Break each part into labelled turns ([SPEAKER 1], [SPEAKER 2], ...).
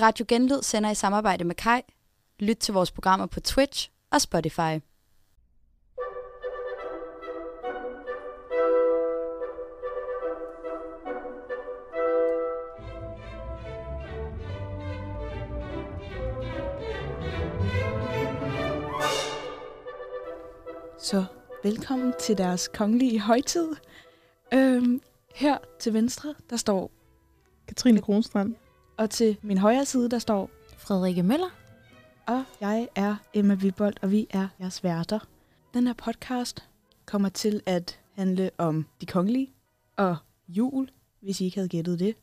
[SPEAKER 1] Radio Genlyd sender i samarbejde med Kai. Lyt til vores programmer på Twitch og Spotify.
[SPEAKER 2] Så velkommen til deres kongelige højtid. Øhm, her til venstre, der står,
[SPEAKER 3] Katrine Kronstrand.
[SPEAKER 2] og til min højre side, der står,
[SPEAKER 4] Frederikke Møller.
[SPEAKER 2] og jeg er Emma Vibold, og vi er jeres værter. Den her podcast kommer til at handle om de kongelige og jul, hvis I ikke havde gættet det.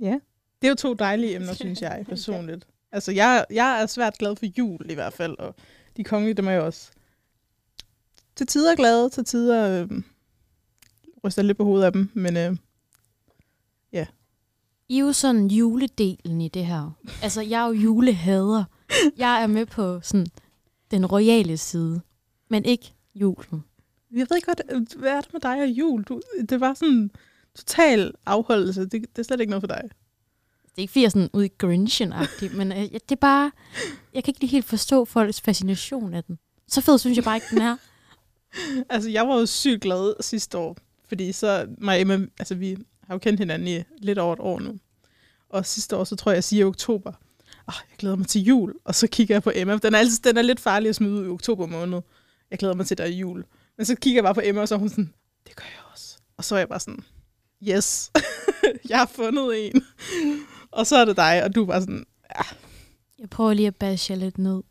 [SPEAKER 3] Ja. Det er jo to dejlige emner, synes jeg personligt. Altså, jeg, jeg er svært glad for jul i hvert fald, og de kongelige, dem er jeg også til tider glade, til tider øh, ryster lidt på hovedet af dem, men øh,
[SPEAKER 4] I er jo sådan juledelen i det her. Altså, jeg er jo julehader. Jeg er med på sådan den royale side, men ikke julen.
[SPEAKER 3] jeg ved ikke, hvad, det, hvad er det med dig og jul? Du, det var sådan total afholdelse. Det, det er slet ikke noget for dig.
[SPEAKER 4] Det er ikke, fordi jeg er sådan ude i grinchen men øh, det er bare... Jeg kan ikke lige helt forstå folks fascination af den. Så fed synes jeg bare ikke, den er.
[SPEAKER 3] Altså, jeg var jo sygt glad sidste år, fordi så mig og Emma, altså vi har jo kendt hinanden i lidt over et år nu. Og sidste år, så tror jeg, jeg siger i oktober, oh, jeg glæder mig til jul, og så kigger jeg på Emma. Den er, altid, den er lidt farlig at smide ud i oktober måned. Jeg glæder mig til, der er jul. Men så kigger jeg bare på Emma, og så er hun sådan, det gør jeg også. Og så er jeg bare sådan, yes, jeg har fundet en. og så er det dig, og du er bare sådan,
[SPEAKER 4] Jeg prøver lige at bashe jer lidt ned.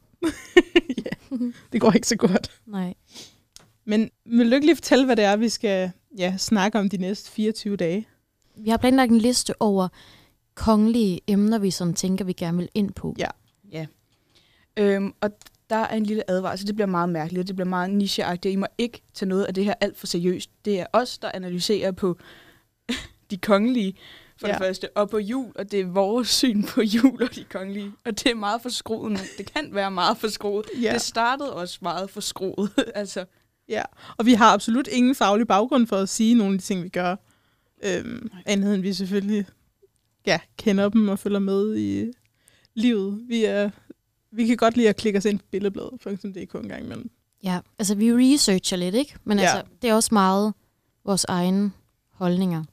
[SPEAKER 3] ja, det går ikke så godt.
[SPEAKER 4] Nej.
[SPEAKER 3] Men vil du ikke lige fortælle, hvad det er, vi skal ja, snakke om de næste 24 dage?
[SPEAKER 4] Vi har planlagt en liste over kongelige emner, vi sådan tænker, vi gerne vil ind på.
[SPEAKER 3] Ja.
[SPEAKER 2] Øhm, og der er en lille advarsel. Det bliver meget mærkeligt, og det bliver meget nicheagtigt. I må ikke tage noget af det her alt for seriøst. Det er os, der analyserer på de kongelige for ja.
[SPEAKER 3] Ja.
[SPEAKER 2] det første, og på jul, og det er vores syn på jul og de kongelige. Og det er meget forskroet nu. Det kan være meget forskroet. Ja. Det startede også meget forskroet. altså,
[SPEAKER 3] Og vi har absolut ingen faglig baggrund for at sige nogle af de ting, vi gør. Øhm, andet end vi selvfølgelig ja, kender dem og følger med i livet. Vi, er, vi kan godt lide at klikke os ind på billedbladet.dk en gang imellem.
[SPEAKER 4] Ja, altså vi researcher lidt, ikke? Men
[SPEAKER 3] Ja.
[SPEAKER 4] ja. altså, det er også meget vores egne holdninger.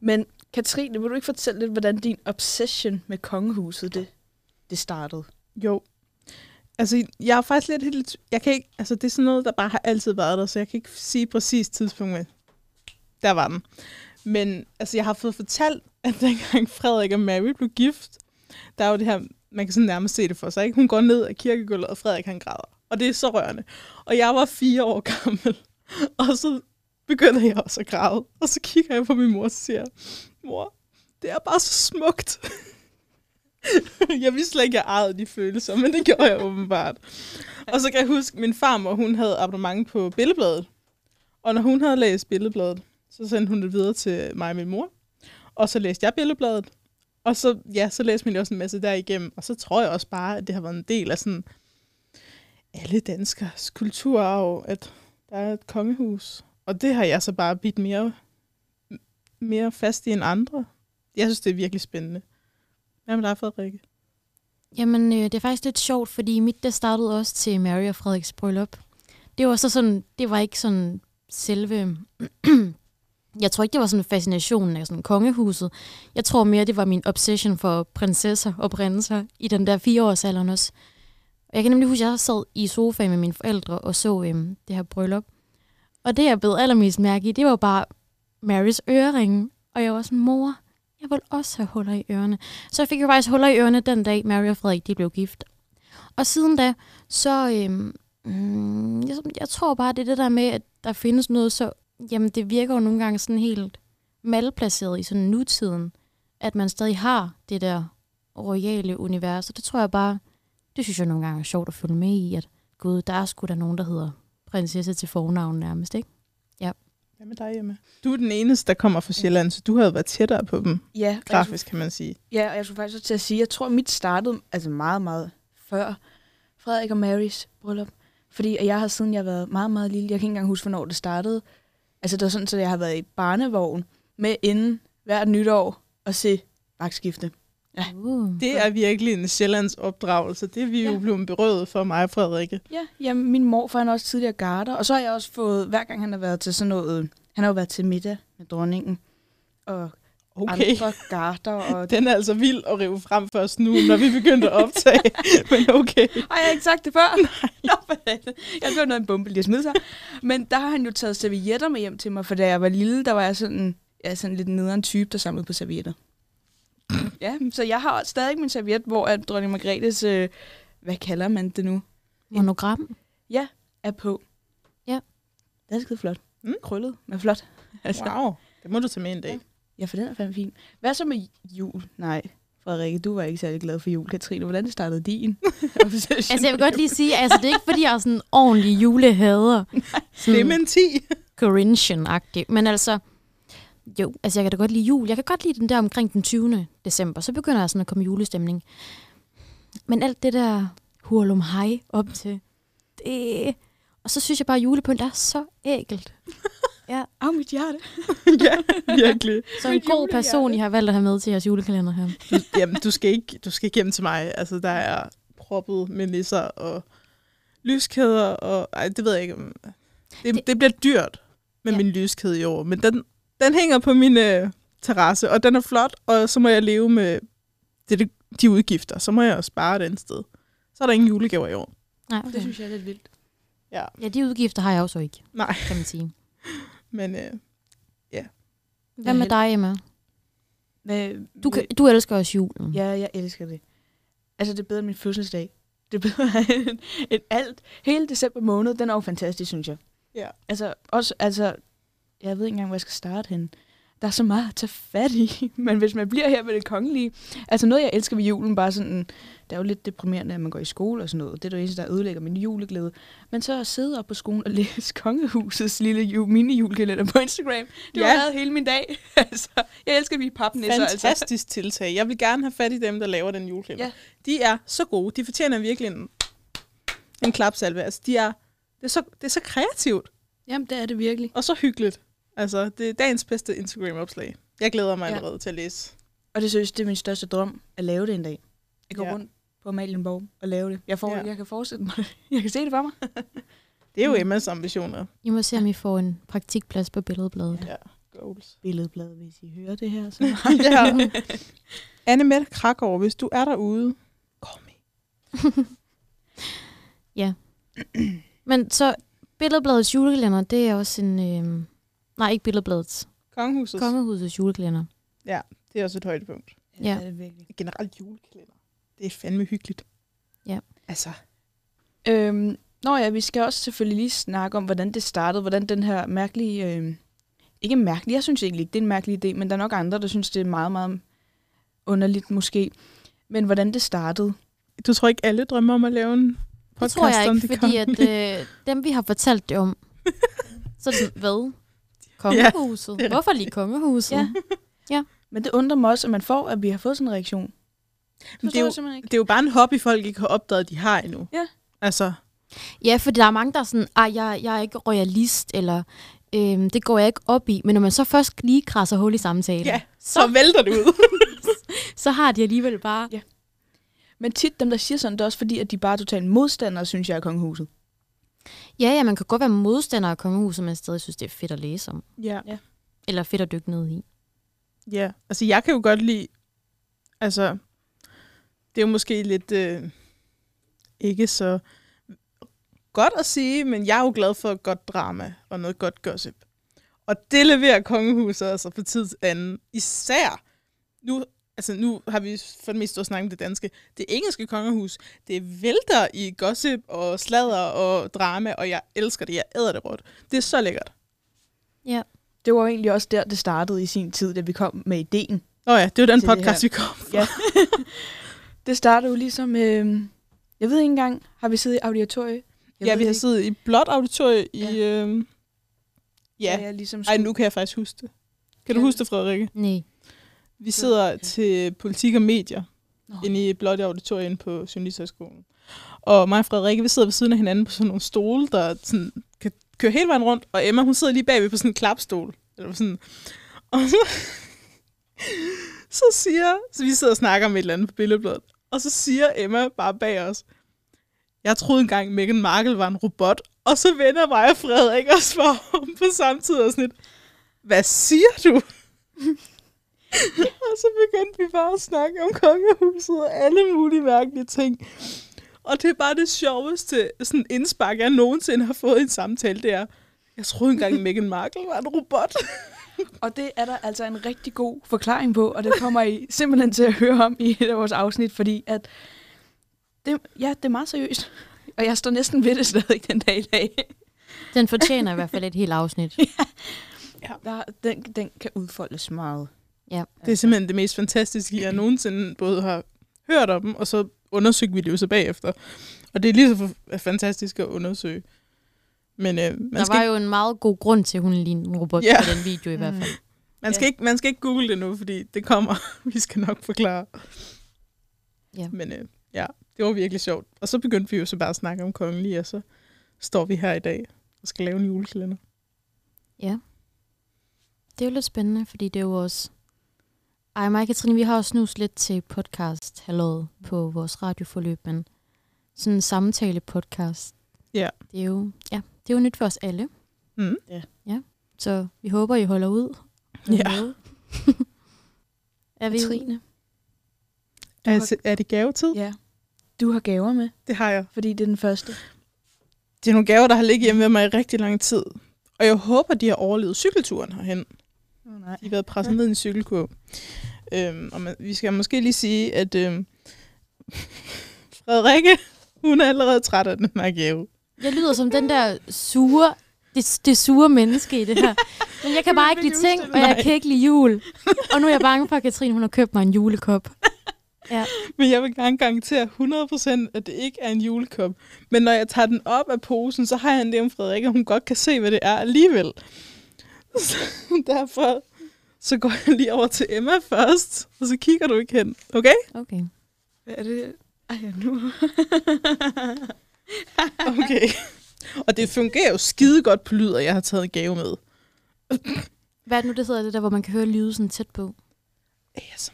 [SPEAKER 2] men Katrine, vil du ikke fortælle lidt, hvordan din obsession med kongehuset, det, det startede?
[SPEAKER 3] Jo. Altså, jeg er faktisk lidt helt... Jeg kan ikke... Altså, det er sådan noget, der bare har altid været der, så jeg kan ikke sige præcis tidspunktet. Der var den. Men altså, jeg har fået fortalt, at dengang Frederik og Mary blev gift, der er jo det her... Man kan sådan nærmest se det for sig, ikke? Hun går ned ad kirkegulvet, og Frederik han græder. Og det er så rørende. Og jeg var fire år gammel, og så begynder jeg også at græde. Og så kigger jeg på min mor og siger, mor, det er bare så smukt. jeg vidste slet ikke, at jeg ejede de følelser, men det gjorde jeg åbenbart. Og så kan jeg huske, min farmor, hun havde abonnement på Billedbladet. Og når hun havde læst Billedbladet, så sendte hun det videre til mig og min mor. Og så læste jeg Billedbladet. Og så, ja, så læste man jo også en masse derigennem. Og så tror jeg også bare, at det har været en del af sådan alle danskers kulturarv, at der er et kongehus. Og det har jeg så bare bidt mere, mere fast i end andre. Jeg synes, det er virkelig spændende. Hvad med dig, Frederikke?
[SPEAKER 4] Jamen, øh, det er faktisk lidt sjovt, fordi mit der startede også til Mary og Frederiks bryllup. Det var så sådan, det var ikke sådan selve... jeg tror ikke, det var sådan fascinationen af sådan kongehuset. Jeg tror mere, det var min obsession for prinsesser og prinser i den der fireårsalderen også. Og jeg kan nemlig huske, at jeg sad i sofaen med mine forældre og så øhm, det her bryllup. Og det, jeg blev allermest mærke i, det var bare Marys øreringe. Og jeg var sådan, mor, jeg vil også have huller i ørerne. Så jeg fik jo faktisk huller i ørerne den dag, Mary og Frederik de blev gift. Og siden da, så... Øhm, mm, jeg, jeg tror bare, det er det der med, at der findes noget, så... Jamen, det virker jo nogle gange sådan helt malplaceret i sådan nutiden, at man stadig har det der royale univers. Og det tror jeg bare, det synes jeg nogle gange er sjovt at følge med i, at gud, der er sgu da nogen, der hedder prinsesse til fornavn nærmest, ikke?
[SPEAKER 3] Hvad med dig, Emma? Du er den eneste, der kommer fra Sjælland, så du havde været tættere på dem,
[SPEAKER 2] Ja,
[SPEAKER 3] grafisk kan man sige.
[SPEAKER 2] Ja, og jeg skulle faktisk også til at sige, jeg tror, mit startede altså meget, meget før Frederik og Marys bryllup. Fordi at jeg har siden jeg har været meget, meget lille, jeg kan ikke engang huske, hvornår det startede. Altså det var sådan, at jeg har været i barnevogn med inden hvert nytår og se vagtskifte.
[SPEAKER 4] Uh.
[SPEAKER 3] Det er virkelig en Sjællands opdragelse. Det er vi jo
[SPEAKER 2] Ja.
[SPEAKER 3] blevet berøvet for mig og Frederikke.
[SPEAKER 2] Ja, jamen, min morfar han er også tidligere garder, og så har jeg også fået, hver gang han har været til sådan noget, han har jo været til middag med dronningen, og okay.
[SPEAKER 3] Okay.
[SPEAKER 2] andre garder, og
[SPEAKER 3] Den er altså vild at rive frem først nu, når vi begyndte at optage. Men okay.
[SPEAKER 2] Har jeg ikke sagt det før? Nej. Nå, for helvede. jeg blev noget af en bombe lige at smide sig. Men der har han jo taget servietter med hjem til mig, for da jeg var lille, der var jeg sådan, ja, sådan lidt nederen type, der samlede på servietter. Ja, så jeg har stadig min serviet, hvor at dronning Margrethes, øh, hvad kalder man det nu,
[SPEAKER 4] Monogram.
[SPEAKER 2] er på.
[SPEAKER 4] Ja.
[SPEAKER 2] Det er skide flot.
[SPEAKER 3] Mm.
[SPEAKER 2] Mm. Krøllet, men flot. Altså, wow.
[SPEAKER 3] Wow. Det må du tage med en dag.
[SPEAKER 2] Ja, for den er fandme fin. Hvad så med jul? Nej, Frederikke, du var ikke særlig glad for jul. Katrine, hvordan startede din?
[SPEAKER 4] Altså, jeg vil godt lige sige, altså, det er ikke, fordi jeg er sådan en ordentlig julehader.
[SPEAKER 3] Det er med en 10.
[SPEAKER 4] Grinchen-agtig. Men altså, jo, altså jeg kan da godt lide jul. Jeg kan godt lide den der omkring den 20. december. Så begynder jeg sådan at komme julestemning. Men alt det der hurlum hej op til, det... Og så synes jeg bare, at julepynt er så ægelt.
[SPEAKER 2] Af mit hjerte.
[SPEAKER 3] ja, virkelig.
[SPEAKER 4] Så en
[SPEAKER 2] Mit
[SPEAKER 4] god
[SPEAKER 2] julehjerte.
[SPEAKER 4] person, I har valgt at have med til jeres julekalender her.
[SPEAKER 3] Du, jamen, du skal, ikke, du skal ikke hjem til mig. Altså, der er proppet med nisser og lyskæder. Og, ej, det ved jeg ikke. om- Det, det,
[SPEAKER 4] Det-
[SPEAKER 3] det bliver dyrt med
[SPEAKER 4] Ja.
[SPEAKER 3] ja. min lyskæde i år. Men den, den hænger på min øh, terrasse, og den er flot. Og så må jeg leve med det, det, de udgifter. Så må jeg jo spare et andet sted. Så er der ingen julegaver i år.
[SPEAKER 4] Nej, okay.
[SPEAKER 2] jeg er lidt vildt.
[SPEAKER 4] Ja, de udgifter har jeg også ikke,
[SPEAKER 3] Nej,
[SPEAKER 4] kan man sige.
[SPEAKER 3] men øh,
[SPEAKER 4] Hvad med dig, Emma?
[SPEAKER 2] Hvad,
[SPEAKER 4] Du, kan, du elsker også julen.
[SPEAKER 2] Ja, jeg elsker det. Altså, det er bedre end min fødselsdag. Det er bedre end, end alt. Hele december måned, den er jo fantastisk, synes jeg.
[SPEAKER 3] Ja.
[SPEAKER 2] Altså, også, altså, jeg ved ikke engang, hvor jeg skal starte henne. Der er så meget at tage fat i, men hvis man bliver her ved det kongelige... Altså, noget, jeg elsker ved julen, bare sådan... Det er jo lidt deprimerende, at man går i skole og sådan noget. Det er det eneste, der ødelægger min juleglæde. Men så at sidde op på skolen og læse kongehusets lille ju- mini-julekalender på Instagram, det
[SPEAKER 3] Ja.
[SPEAKER 2] har været hele min dag. altså, jeg elsker at blive papnæsser, altså.
[SPEAKER 3] fantastisk tiltag. Jeg vil gerne have fat i dem, der laver den julekalender.
[SPEAKER 2] Ja.
[SPEAKER 3] Ja. De er så gode. De fortjener virkelig en, en klapsalve. Altså, de er, det, er så, det er så kreativt
[SPEAKER 2] Jamen, det er det virkelig.
[SPEAKER 3] og så hyggeligt. Altså, det er dagens bedste Instagram-opslag. Jeg glæder mig
[SPEAKER 2] Ja.
[SPEAKER 3] ja. allerede til at læse.
[SPEAKER 2] Og det synes det er min største drøm, at lave det en dag. At gå
[SPEAKER 3] Ja.
[SPEAKER 2] rundt på Amalienborg og lave det. Jeg, får,
[SPEAKER 3] Ja.
[SPEAKER 2] jeg kan fortsætte mig. Jeg kan se det for mig.
[SPEAKER 3] Det er jo
[SPEAKER 2] Mm.
[SPEAKER 3] Emmas ambitioner.
[SPEAKER 4] I må se, om I får en praktikplads på Billedbladet.
[SPEAKER 3] Ja. Goals.
[SPEAKER 2] Billedblad, hvis I hører det her. Så.
[SPEAKER 3] ja. Anne Mette Krakow, hvis du er derude, kom med.
[SPEAKER 4] Men så Billedbladets julekalender, det er også en... Øh... Nej, ikke Billedbladets.
[SPEAKER 3] Kongehuset, Konge.
[SPEAKER 4] Kongehusets julekalender.
[SPEAKER 3] det er også et højdepunkt.
[SPEAKER 4] Ja.
[SPEAKER 2] det er virkelig.
[SPEAKER 3] Generelt julekalender. Det er fandme hyggeligt.
[SPEAKER 4] Ja.
[SPEAKER 3] Altså,
[SPEAKER 2] Øhm, nå ja, vi skal også selvfølgelig lige snakke om, hvordan det startede. Hvordan den her mærkelige... Øhm, ikke mærkelig, jeg synes egentlig ikke, det er en mærkelig idé, men der er nok andre, der synes, det er meget, meget underligt måske. Men hvordan det startede.
[SPEAKER 3] du tror ikke, alle drømmer om at lave en
[SPEAKER 4] Det
[SPEAKER 3] podcast
[SPEAKER 4] tror jeg
[SPEAKER 3] om
[SPEAKER 4] ikke,
[SPEAKER 3] det
[SPEAKER 4] fordi at,
[SPEAKER 3] kongelige?
[SPEAKER 4] øh, dem vi har fortalt det om, så er det sådan, hvad? Kongehuset?
[SPEAKER 3] det er
[SPEAKER 4] Hvorfor lige kongehuset?
[SPEAKER 2] Ja. Men det undrer mig også, at man får, at vi har fået sådan en reaktion.
[SPEAKER 3] Men
[SPEAKER 2] Det
[SPEAKER 3] det, er
[SPEAKER 2] er
[SPEAKER 3] jo,
[SPEAKER 2] jeg
[SPEAKER 4] øh,
[SPEAKER 2] simpelthen ikke.
[SPEAKER 3] det er jo bare en hobby, folk ikke har opdaget, de har endnu.
[SPEAKER 2] Ja.
[SPEAKER 3] Altså,
[SPEAKER 4] ja for der er mange, der er sådan, Ej, jeg, jeg er ikke royalist, eller øhm, det går jeg ikke op i. Men når man så først lige krasser hul i samtalen,
[SPEAKER 3] Ja. så,
[SPEAKER 4] så,
[SPEAKER 3] vælter det ud.
[SPEAKER 4] så har de alligevel bare...
[SPEAKER 2] Men tit dem, der siger sådan, det er også fordi, at de bare er totalt modstandere, synes jeg, af kongehuset.
[SPEAKER 4] Ja, ja, man kan godt være modstander af kongehuset, men stadig synes, det er fedt at læse om.
[SPEAKER 3] ja.
[SPEAKER 4] Eller fedt at dykke ned i.
[SPEAKER 3] ja. Altså, jeg kan jo godt lide... Altså, det er jo måske lidt... Øh, ikke så godt at sige, men jeg er jo glad for et godt drama og noget godt gossip. Og det leverer kongehuset altså for tid til anden. Især nu, altså nu har vi for det meste snakket om det danske. Det engelske kongehus, det vælter i gossip og sladder og drama, og jeg elsker det. Jeg æder det råt. Det er så lækkert.
[SPEAKER 2] Det var jo egentlig også der, det startede i sin tid, da vi kom med ideen.
[SPEAKER 3] Nå ja, det var den
[SPEAKER 2] Til det
[SPEAKER 3] podcast,
[SPEAKER 2] her.
[SPEAKER 3] vi kom fra.
[SPEAKER 2] Ja. Det startede jo ligesom, øh, jeg ved ikke engang, har vi siddet i auditoriet? Jeg
[SPEAKER 3] ja,
[SPEAKER 2] ved
[SPEAKER 3] vi har
[SPEAKER 2] det
[SPEAKER 3] siddet i blåt auditorie i...
[SPEAKER 2] Ja.
[SPEAKER 3] Ja. Øhm,
[SPEAKER 2] ikke.
[SPEAKER 3] ja.
[SPEAKER 2] Da jeg ligesom
[SPEAKER 3] Ej, nu kan jeg faktisk huske det. Kan du
[SPEAKER 2] Ja.
[SPEAKER 3] huske det, Frederikke?
[SPEAKER 4] Nej.
[SPEAKER 3] Vi sidder ja. til politik og medier
[SPEAKER 2] Nå.
[SPEAKER 3] inde i blåt auditorie inde på Journalisthøjskolen. Og mig og Frederikke, vi sidder ved siden af hinanden på sådan nogle stole, der sådan, kan køre hele vejen rundt. Og Emma, hun sidder lige bagved på sådan en klapstol. Eller sådan. Og så, Så siger, så vi sidder og snakker om et eller andet på billedbladet, og så siger Emma bare bag os, jeg troede engang, Meghan Markle var en robot, og så vender mig og Frederik os for om på samme tid og sådan lidt, hvad siger du? og så begyndte vi bare at snakke om kongehuset og alle mulige mærkelige ting. Og det er bare det sjoveste sådan indspark, jeg nogensinde har fået i en samtale, det er, jeg troede engang, Meghan Markle var en robot.
[SPEAKER 2] Og det er der altså en rigtig god forklaring på, og det kommer I simpelthen til at høre om i et af vores afsnit, fordi at det, ja, det er meget seriøst. Og jeg står næsten ved det stadig den dag i dag.
[SPEAKER 4] Den fortjener i hvert fald et helt afsnit.
[SPEAKER 2] Der, den, den kan udfoldes meget.
[SPEAKER 3] Det er simpelthen det mest fantastiske, jeg nogensinde både har hørt om dem, og så undersøgte vi det jo så bagefter. Og det er lige så f- fantastisk at undersøge. Men øh, man,
[SPEAKER 4] Der
[SPEAKER 3] skal
[SPEAKER 4] var
[SPEAKER 3] ikke,
[SPEAKER 4] jo en meget god grund til, at hun lignede en robot
[SPEAKER 3] Ja. Mm.
[SPEAKER 4] yeah. på den video i hvert fald.
[SPEAKER 3] man, skal ikke, man skal ikke google det nu, fordi det kommer. vi skal nok forklare.
[SPEAKER 4] Ja.
[SPEAKER 3] Men øh, ja, det var virkelig sjovt. Og så begyndte vi jo så bare at snakke om kongelige, og så står vi her i dag og skal lave en julekalender.
[SPEAKER 4] Ja. Det er jo lidt spændende, fordi det er jo også... Ej, mig og Katrine, vi har også snus lidt til podcast halløjet på vores radioforløb, men sådan en samtale podcast.
[SPEAKER 3] Ja.
[SPEAKER 4] Det er jo, ja, det er jo nyt for os alle,
[SPEAKER 3] Mm.
[SPEAKER 4] så vi håber, I holder ud. og
[SPEAKER 3] Ja.
[SPEAKER 4] med. er vi
[SPEAKER 1] Katrine.
[SPEAKER 3] Er, er det gavetid? Ja.
[SPEAKER 2] Ja. Du har gaver med,
[SPEAKER 3] Det har jeg.
[SPEAKER 2] fordi det er den første.
[SPEAKER 3] Det er nogle gaver, der har ligget hjemme ved mig i rigtig lang tid. Og jeg håber, de har overlevet cykelturen herhen.
[SPEAKER 2] Oh, nej.
[SPEAKER 3] De har været presset ned i en cykelkurv. Øhm, og man, vi skal måske lige sige, at øhm, Frederikke, hun er allerede træt af den her gave.
[SPEAKER 4] Jeg lyder som den der sure, det, det sure menneske i det her. Men jeg kan bare ikke lide ting, og jeg
[SPEAKER 3] Nej.
[SPEAKER 4] kan ikke lide jul. Og nu er jeg bange for, at Katrine hun har købt mig en julekop.
[SPEAKER 3] Men jeg vil gerne garantere 100%, at det ikke er en julekop. Men når jeg tager den op af posen, så har jeg en idé om Frederikke, og hun godt kan se, hvad det er alligevel. Så derfor så går jeg lige over til Emma først, og så kigger du ikke hen. Okay?
[SPEAKER 4] Okay.
[SPEAKER 2] Hvad er det? Ej, ja, nu.
[SPEAKER 3] Okay. Og det fungerer jo skide godt på lyd, at jeg har taget en gave med.
[SPEAKER 4] Hvad er det nu, det hedder det der, hvor man kan høre lyde sådan tæt på?
[SPEAKER 3] ASMR.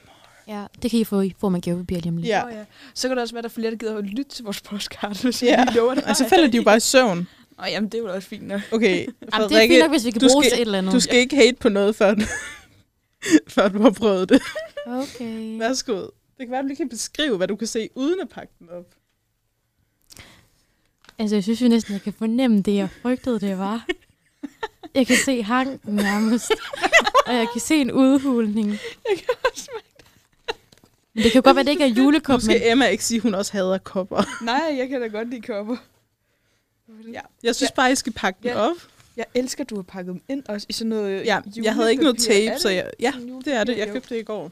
[SPEAKER 4] Ja, det kan I få, I får man gavepapir lige om lidt.
[SPEAKER 3] Ja.
[SPEAKER 2] Oh, ja. Så kan det også være, der er flere, der gider at lytte til vores podcast, hvis
[SPEAKER 3] Ja.
[SPEAKER 2] vi lige lover det.
[SPEAKER 3] Og så altså, falder de jo bare i søvn.
[SPEAKER 2] Nå, jamen, det er jo også fint nok.
[SPEAKER 3] Okay,
[SPEAKER 4] Jamen, det er fint nok, hvis vi kan
[SPEAKER 3] du
[SPEAKER 4] bruge
[SPEAKER 3] skal-
[SPEAKER 4] til et eller andet.
[SPEAKER 3] du skal ikke hate på noget, før du, før du har prøvet det.
[SPEAKER 4] Okay.
[SPEAKER 3] Værsgo. Det kan være, du lige kan beskrive, hvad du kan se, uden at pakke den op.
[SPEAKER 4] Altså, jeg synes jo næsten, jeg kan fornemme det, jeg frygtede, det var. Jeg kan se hanken nærmest, og jeg kan se en udhulning.
[SPEAKER 2] Jeg kan også smage.
[SPEAKER 4] Men det kan jo godt være, det ikke er
[SPEAKER 3] Nu
[SPEAKER 4] julekop, men
[SPEAKER 3] skal Emma ikke sige, at hun også hader kopper.
[SPEAKER 2] Nej, jeg kan da godt lide kopper. Ja.
[SPEAKER 3] Jeg synes bare, I skal pakke den
[SPEAKER 2] Ja.
[SPEAKER 3] op.
[SPEAKER 2] Jeg elsker, at du har pakket dem ind også i sådan noget øh,
[SPEAKER 3] Ja, jeg havde ikke noget
[SPEAKER 2] julepapir.
[SPEAKER 3] tape,
[SPEAKER 2] Er
[SPEAKER 3] så
[SPEAKER 2] det
[SPEAKER 3] jeg, ja,
[SPEAKER 2] sådan en
[SPEAKER 3] det er det.
[SPEAKER 2] julepapir?
[SPEAKER 3] Jeg købte det i går.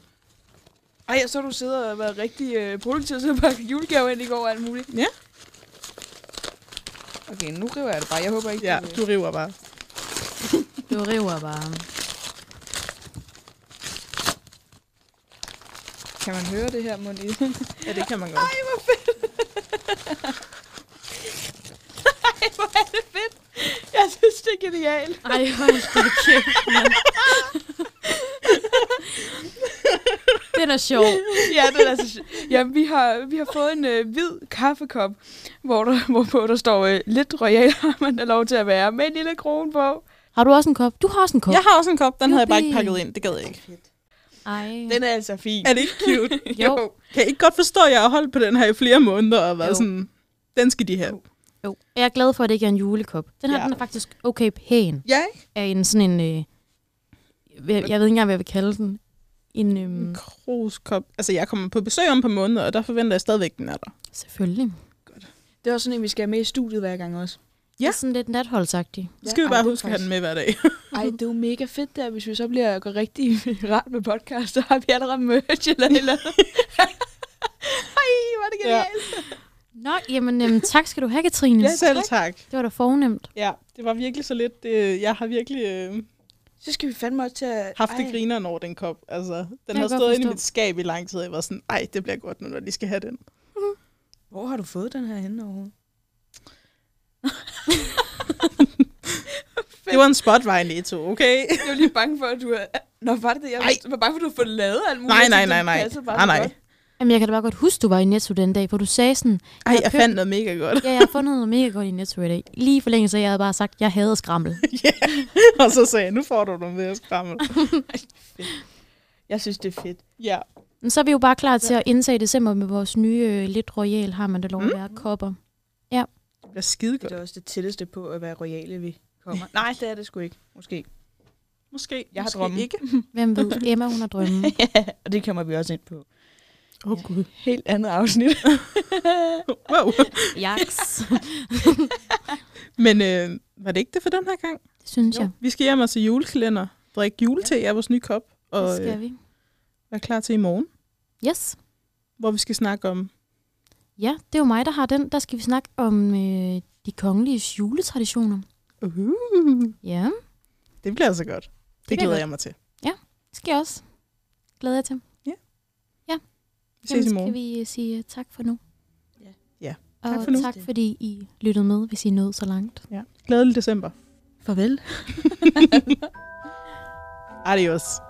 [SPEAKER 2] Ej, jeg så du sidder og været rigtig øh, produktiv, så pakke julegaver ind i går og alt muligt.
[SPEAKER 3] Ja.
[SPEAKER 2] Okay, nu river jeg det bare. Jeg håber ikke,
[SPEAKER 3] Ja,
[SPEAKER 2] det-
[SPEAKER 3] du river bare.
[SPEAKER 4] du river bare.
[SPEAKER 2] kan man høre det her, Moni.
[SPEAKER 3] Ja, det kan man godt.
[SPEAKER 2] Ej, hvor fedt. Ej, hvor er det fedt. Jeg synes, det er genialt.
[SPEAKER 4] Ej, hold da kæft, mand. Den er sjov.
[SPEAKER 2] Ja, det er altså... sj- Ja, vi har, vi har fået en øh, hvid kaffekop, hvor der, hvorpå der står øh, lidt royal, har man er lov til at være, med en lille krone på.
[SPEAKER 4] Har du også en kop? Du har også en kop.
[SPEAKER 3] Jeg har også en kop, den havde jeg bare ikke
[SPEAKER 4] Juppie.
[SPEAKER 3] pakket ind. Det gad jeg ikke.
[SPEAKER 4] Ej.
[SPEAKER 2] Den er altså fin.
[SPEAKER 3] Er det ikke cute?
[SPEAKER 4] Jo.
[SPEAKER 3] Kan I ikke godt forstå, at jeg har holdt på den her i flere måneder og været
[SPEAKER 4] Jo.
[SPEAKER 3] sådan, den skal de have.
[SPEAKER 4] Jo. Jeg er glad for, at det ikke er en julekop. Den her
[SPEAKER 3] Ja.
[SPEAKER 4] ja. den er faktisk okay pæn.
[SPEAKER 3] Ja,
[SPEAKER 4] Er en sådan en... Øh, jeg, jeg ved ikke engang, hvad jeg vil kalde den. En, øhm,
[SPEAKER 3] En kruskop. Altså, jeg kommer på besøg om et par måneder, og der forventer jeg stadigvæk, den er der.
[SPEAKER 4] selvfølgelig.
[SPEAKER 2] Det er også sådan en, vi skal have med i studiet hver gang også.
[SPEAKER 4] Ja. Det er sådan lidt natholdsagtig.
[SPEAKER 3] Så skal vi
[SPEAKER 2] ej,
[SPEAKER 3] bare
[SPEAKER 2] det er
[SPEAKER 3] huske at have den
[SPEAKER 2] faktisk-
[SPEAKER 3] med hver dag.
[SPEAKER 2] Ej, det er jo mega fedt der, hvis vi så bliver går rigtig rart med podcast, så har vi allerede merch eller et eller andet. Ej, hvor er det genialt.
[SPEAKER 4] Nå, jamen øhm, tak skal du have, Katrine.
[SPEAKER 3] Ja, selv tak.
[SPEAKER 4] Det var da fornemt.
[SPEAKER 3] Ja, det var virkelig så lidt. Det, jeg har virkelig øh,
[SPEAKER 2] Så skal vi fandme også til at...
[SPEAKER 3] haft det
[SPEAKER 2] Ej.
[SPEAKER 3] grineren over den kop. Altså, den
[SPEAKER 4] jeg
[SPEAKER 3] har
[SPEAKER 4] godt
[SPEAKER 3] stået inde i
[SPEAKER 4] forstå.
[SPEAKER 3] mit skab i lang tid, og jeg var sådan, ej, det bliver godt nu, når de skal have den.
[SPEAKER 2] Hvor har du fået den her henne overhovedet?
[SPEAKER 3] Det var en spotvej netto, okay?
[SPEAKER 2] Jeg var lige bange for, at du... er- Nå, var det det? Jeg
[SPEAKER 3] Ej.
[SPEAKER 2] var bange for, at du havde fået lavet alt muligt.
[SPEAKER 3] Nej,
[SPEAKER 2] Jeg
[SPEAKER 3] nej,
[SPEAKER 2] tænkte,
[SPEAKER 3] nej,
[SPEAKER 2] det
[SPEAKER 3] nej.
[SPEAKER 2] passer bare
[SPEAKER 3] Nej,
[SPEAKER 2] så
[SPEAKER 3] nej.
[SPEAKER 2] godt.
[SPEAKER 4] Jamen, jeg kan da bare godt huske, du var i Netto den dag, hvor du sagde sådan,
[SPEAKER 3] Ej, jeg
[SPEAKER 4] købt-
[SPEAKER 3] fandt noget mega godt.
[SPEAKER 4] ja, jeg har fundet noget mega godt i Netto i dag. Lige for længe så jeg havde bare sagt, jeg havde skrammel.
[SPEAKER 3] Og så sagde jeg, nu får du noget mere skrammel.
[SPEAKER 2] Jeg synes, det er fedt.
[SPEAKER 3] Ja.
[SPEAKER 4] Men så er vi jo bare klar til at indtage december med vores nye øh, lidt royal, har man da
[SPEAKER 3] Mm.
[SPEAKER 4] lov at være, kopper.
[SPEAKER 3] Det bliver skide
[SPEAKER 2] Det er
[SPEAKER 3] godt.
[SPEAKER 2] da også det tætteste på at være royale, vi kommer. Nej, det er det sgu ikke. Måske.
[SPEAKER 3] Måske.
[SPEAKER 2] Jeg har
[SPEAKER 3] måske
[SPEAKER 2] drømme.
[SPEAKER 3] ikke.
[SPEAKER 4] Hvem ved, Emma hun har drømme.
[SPEAKER 2] ja, og det kommer vi også ind på.
[SPEAKER 3] Åh, oh, Gud.
[SPEAKER 2] Helt andet afsnit.
[SPEAKER 3] Wow.
[SPEAKER 4] Jaks.
[SPEAKER 3] Men øh, var det ikke det for den her gang?
[SPEAKER 4] Det synes
[SPEAKER 2] Jo.
[SPEAKER 4] jeg.
[SPEAKER 3] Vi skal hjem og se julekalender, drikke julete af vores nye kop,
[SPEAKER 4] Det
[SPEAKER 3] og
[SPEAKER 4] skal
[SPEAKER 3] øh,
[SPEAKER 4] vi.
[SPEAKER 3] være klar til i morgen,
[SPEAKER 4] Yes.
[SPEAKER 3] hvor vi skal snakke om...
[SPEAKER 4] Ja, det er jo mig, der har den. Der skal vi snakke om øh, de kongelige juletraditioner.
[SPEAKER 3] Uh,
[SPEAKER 4] Ja,
[SPEAKER 3] det bliver altså godt. Det, det
[SPEAKER 4] bliver
[SPEAKER 3] glæder
[SPEAKER 4] godt.
[SPEAKER 3] jeg mig til.
[SPEAKER 4] det skal jeg også. Glæder jeg til.
[SPEAKER 3] Vi ses i
[SPEAKER 4] skal
[SPEAKER 3] morgen.
[SPEAKER 4] vi øh, sige øh, tak for nu.
[SPEAKER 2] Ja.
[SPEAKER 3] Ja.
[SPEAKER 4] Og
[SPEAKER 3] Tak
[SPEAKER 4] tak,
[SPEAKER 3] for
[SPEAKER 4] for
[SPEAKER 3] nu.
[SPEAKER 4] tak fordi I lyttede med, hvis I nåede så langt.
[SPEAKER 3] Ja. Glædelig december.
[SPEAKER 2] Farvel.
[SPEAKER 3] Adios.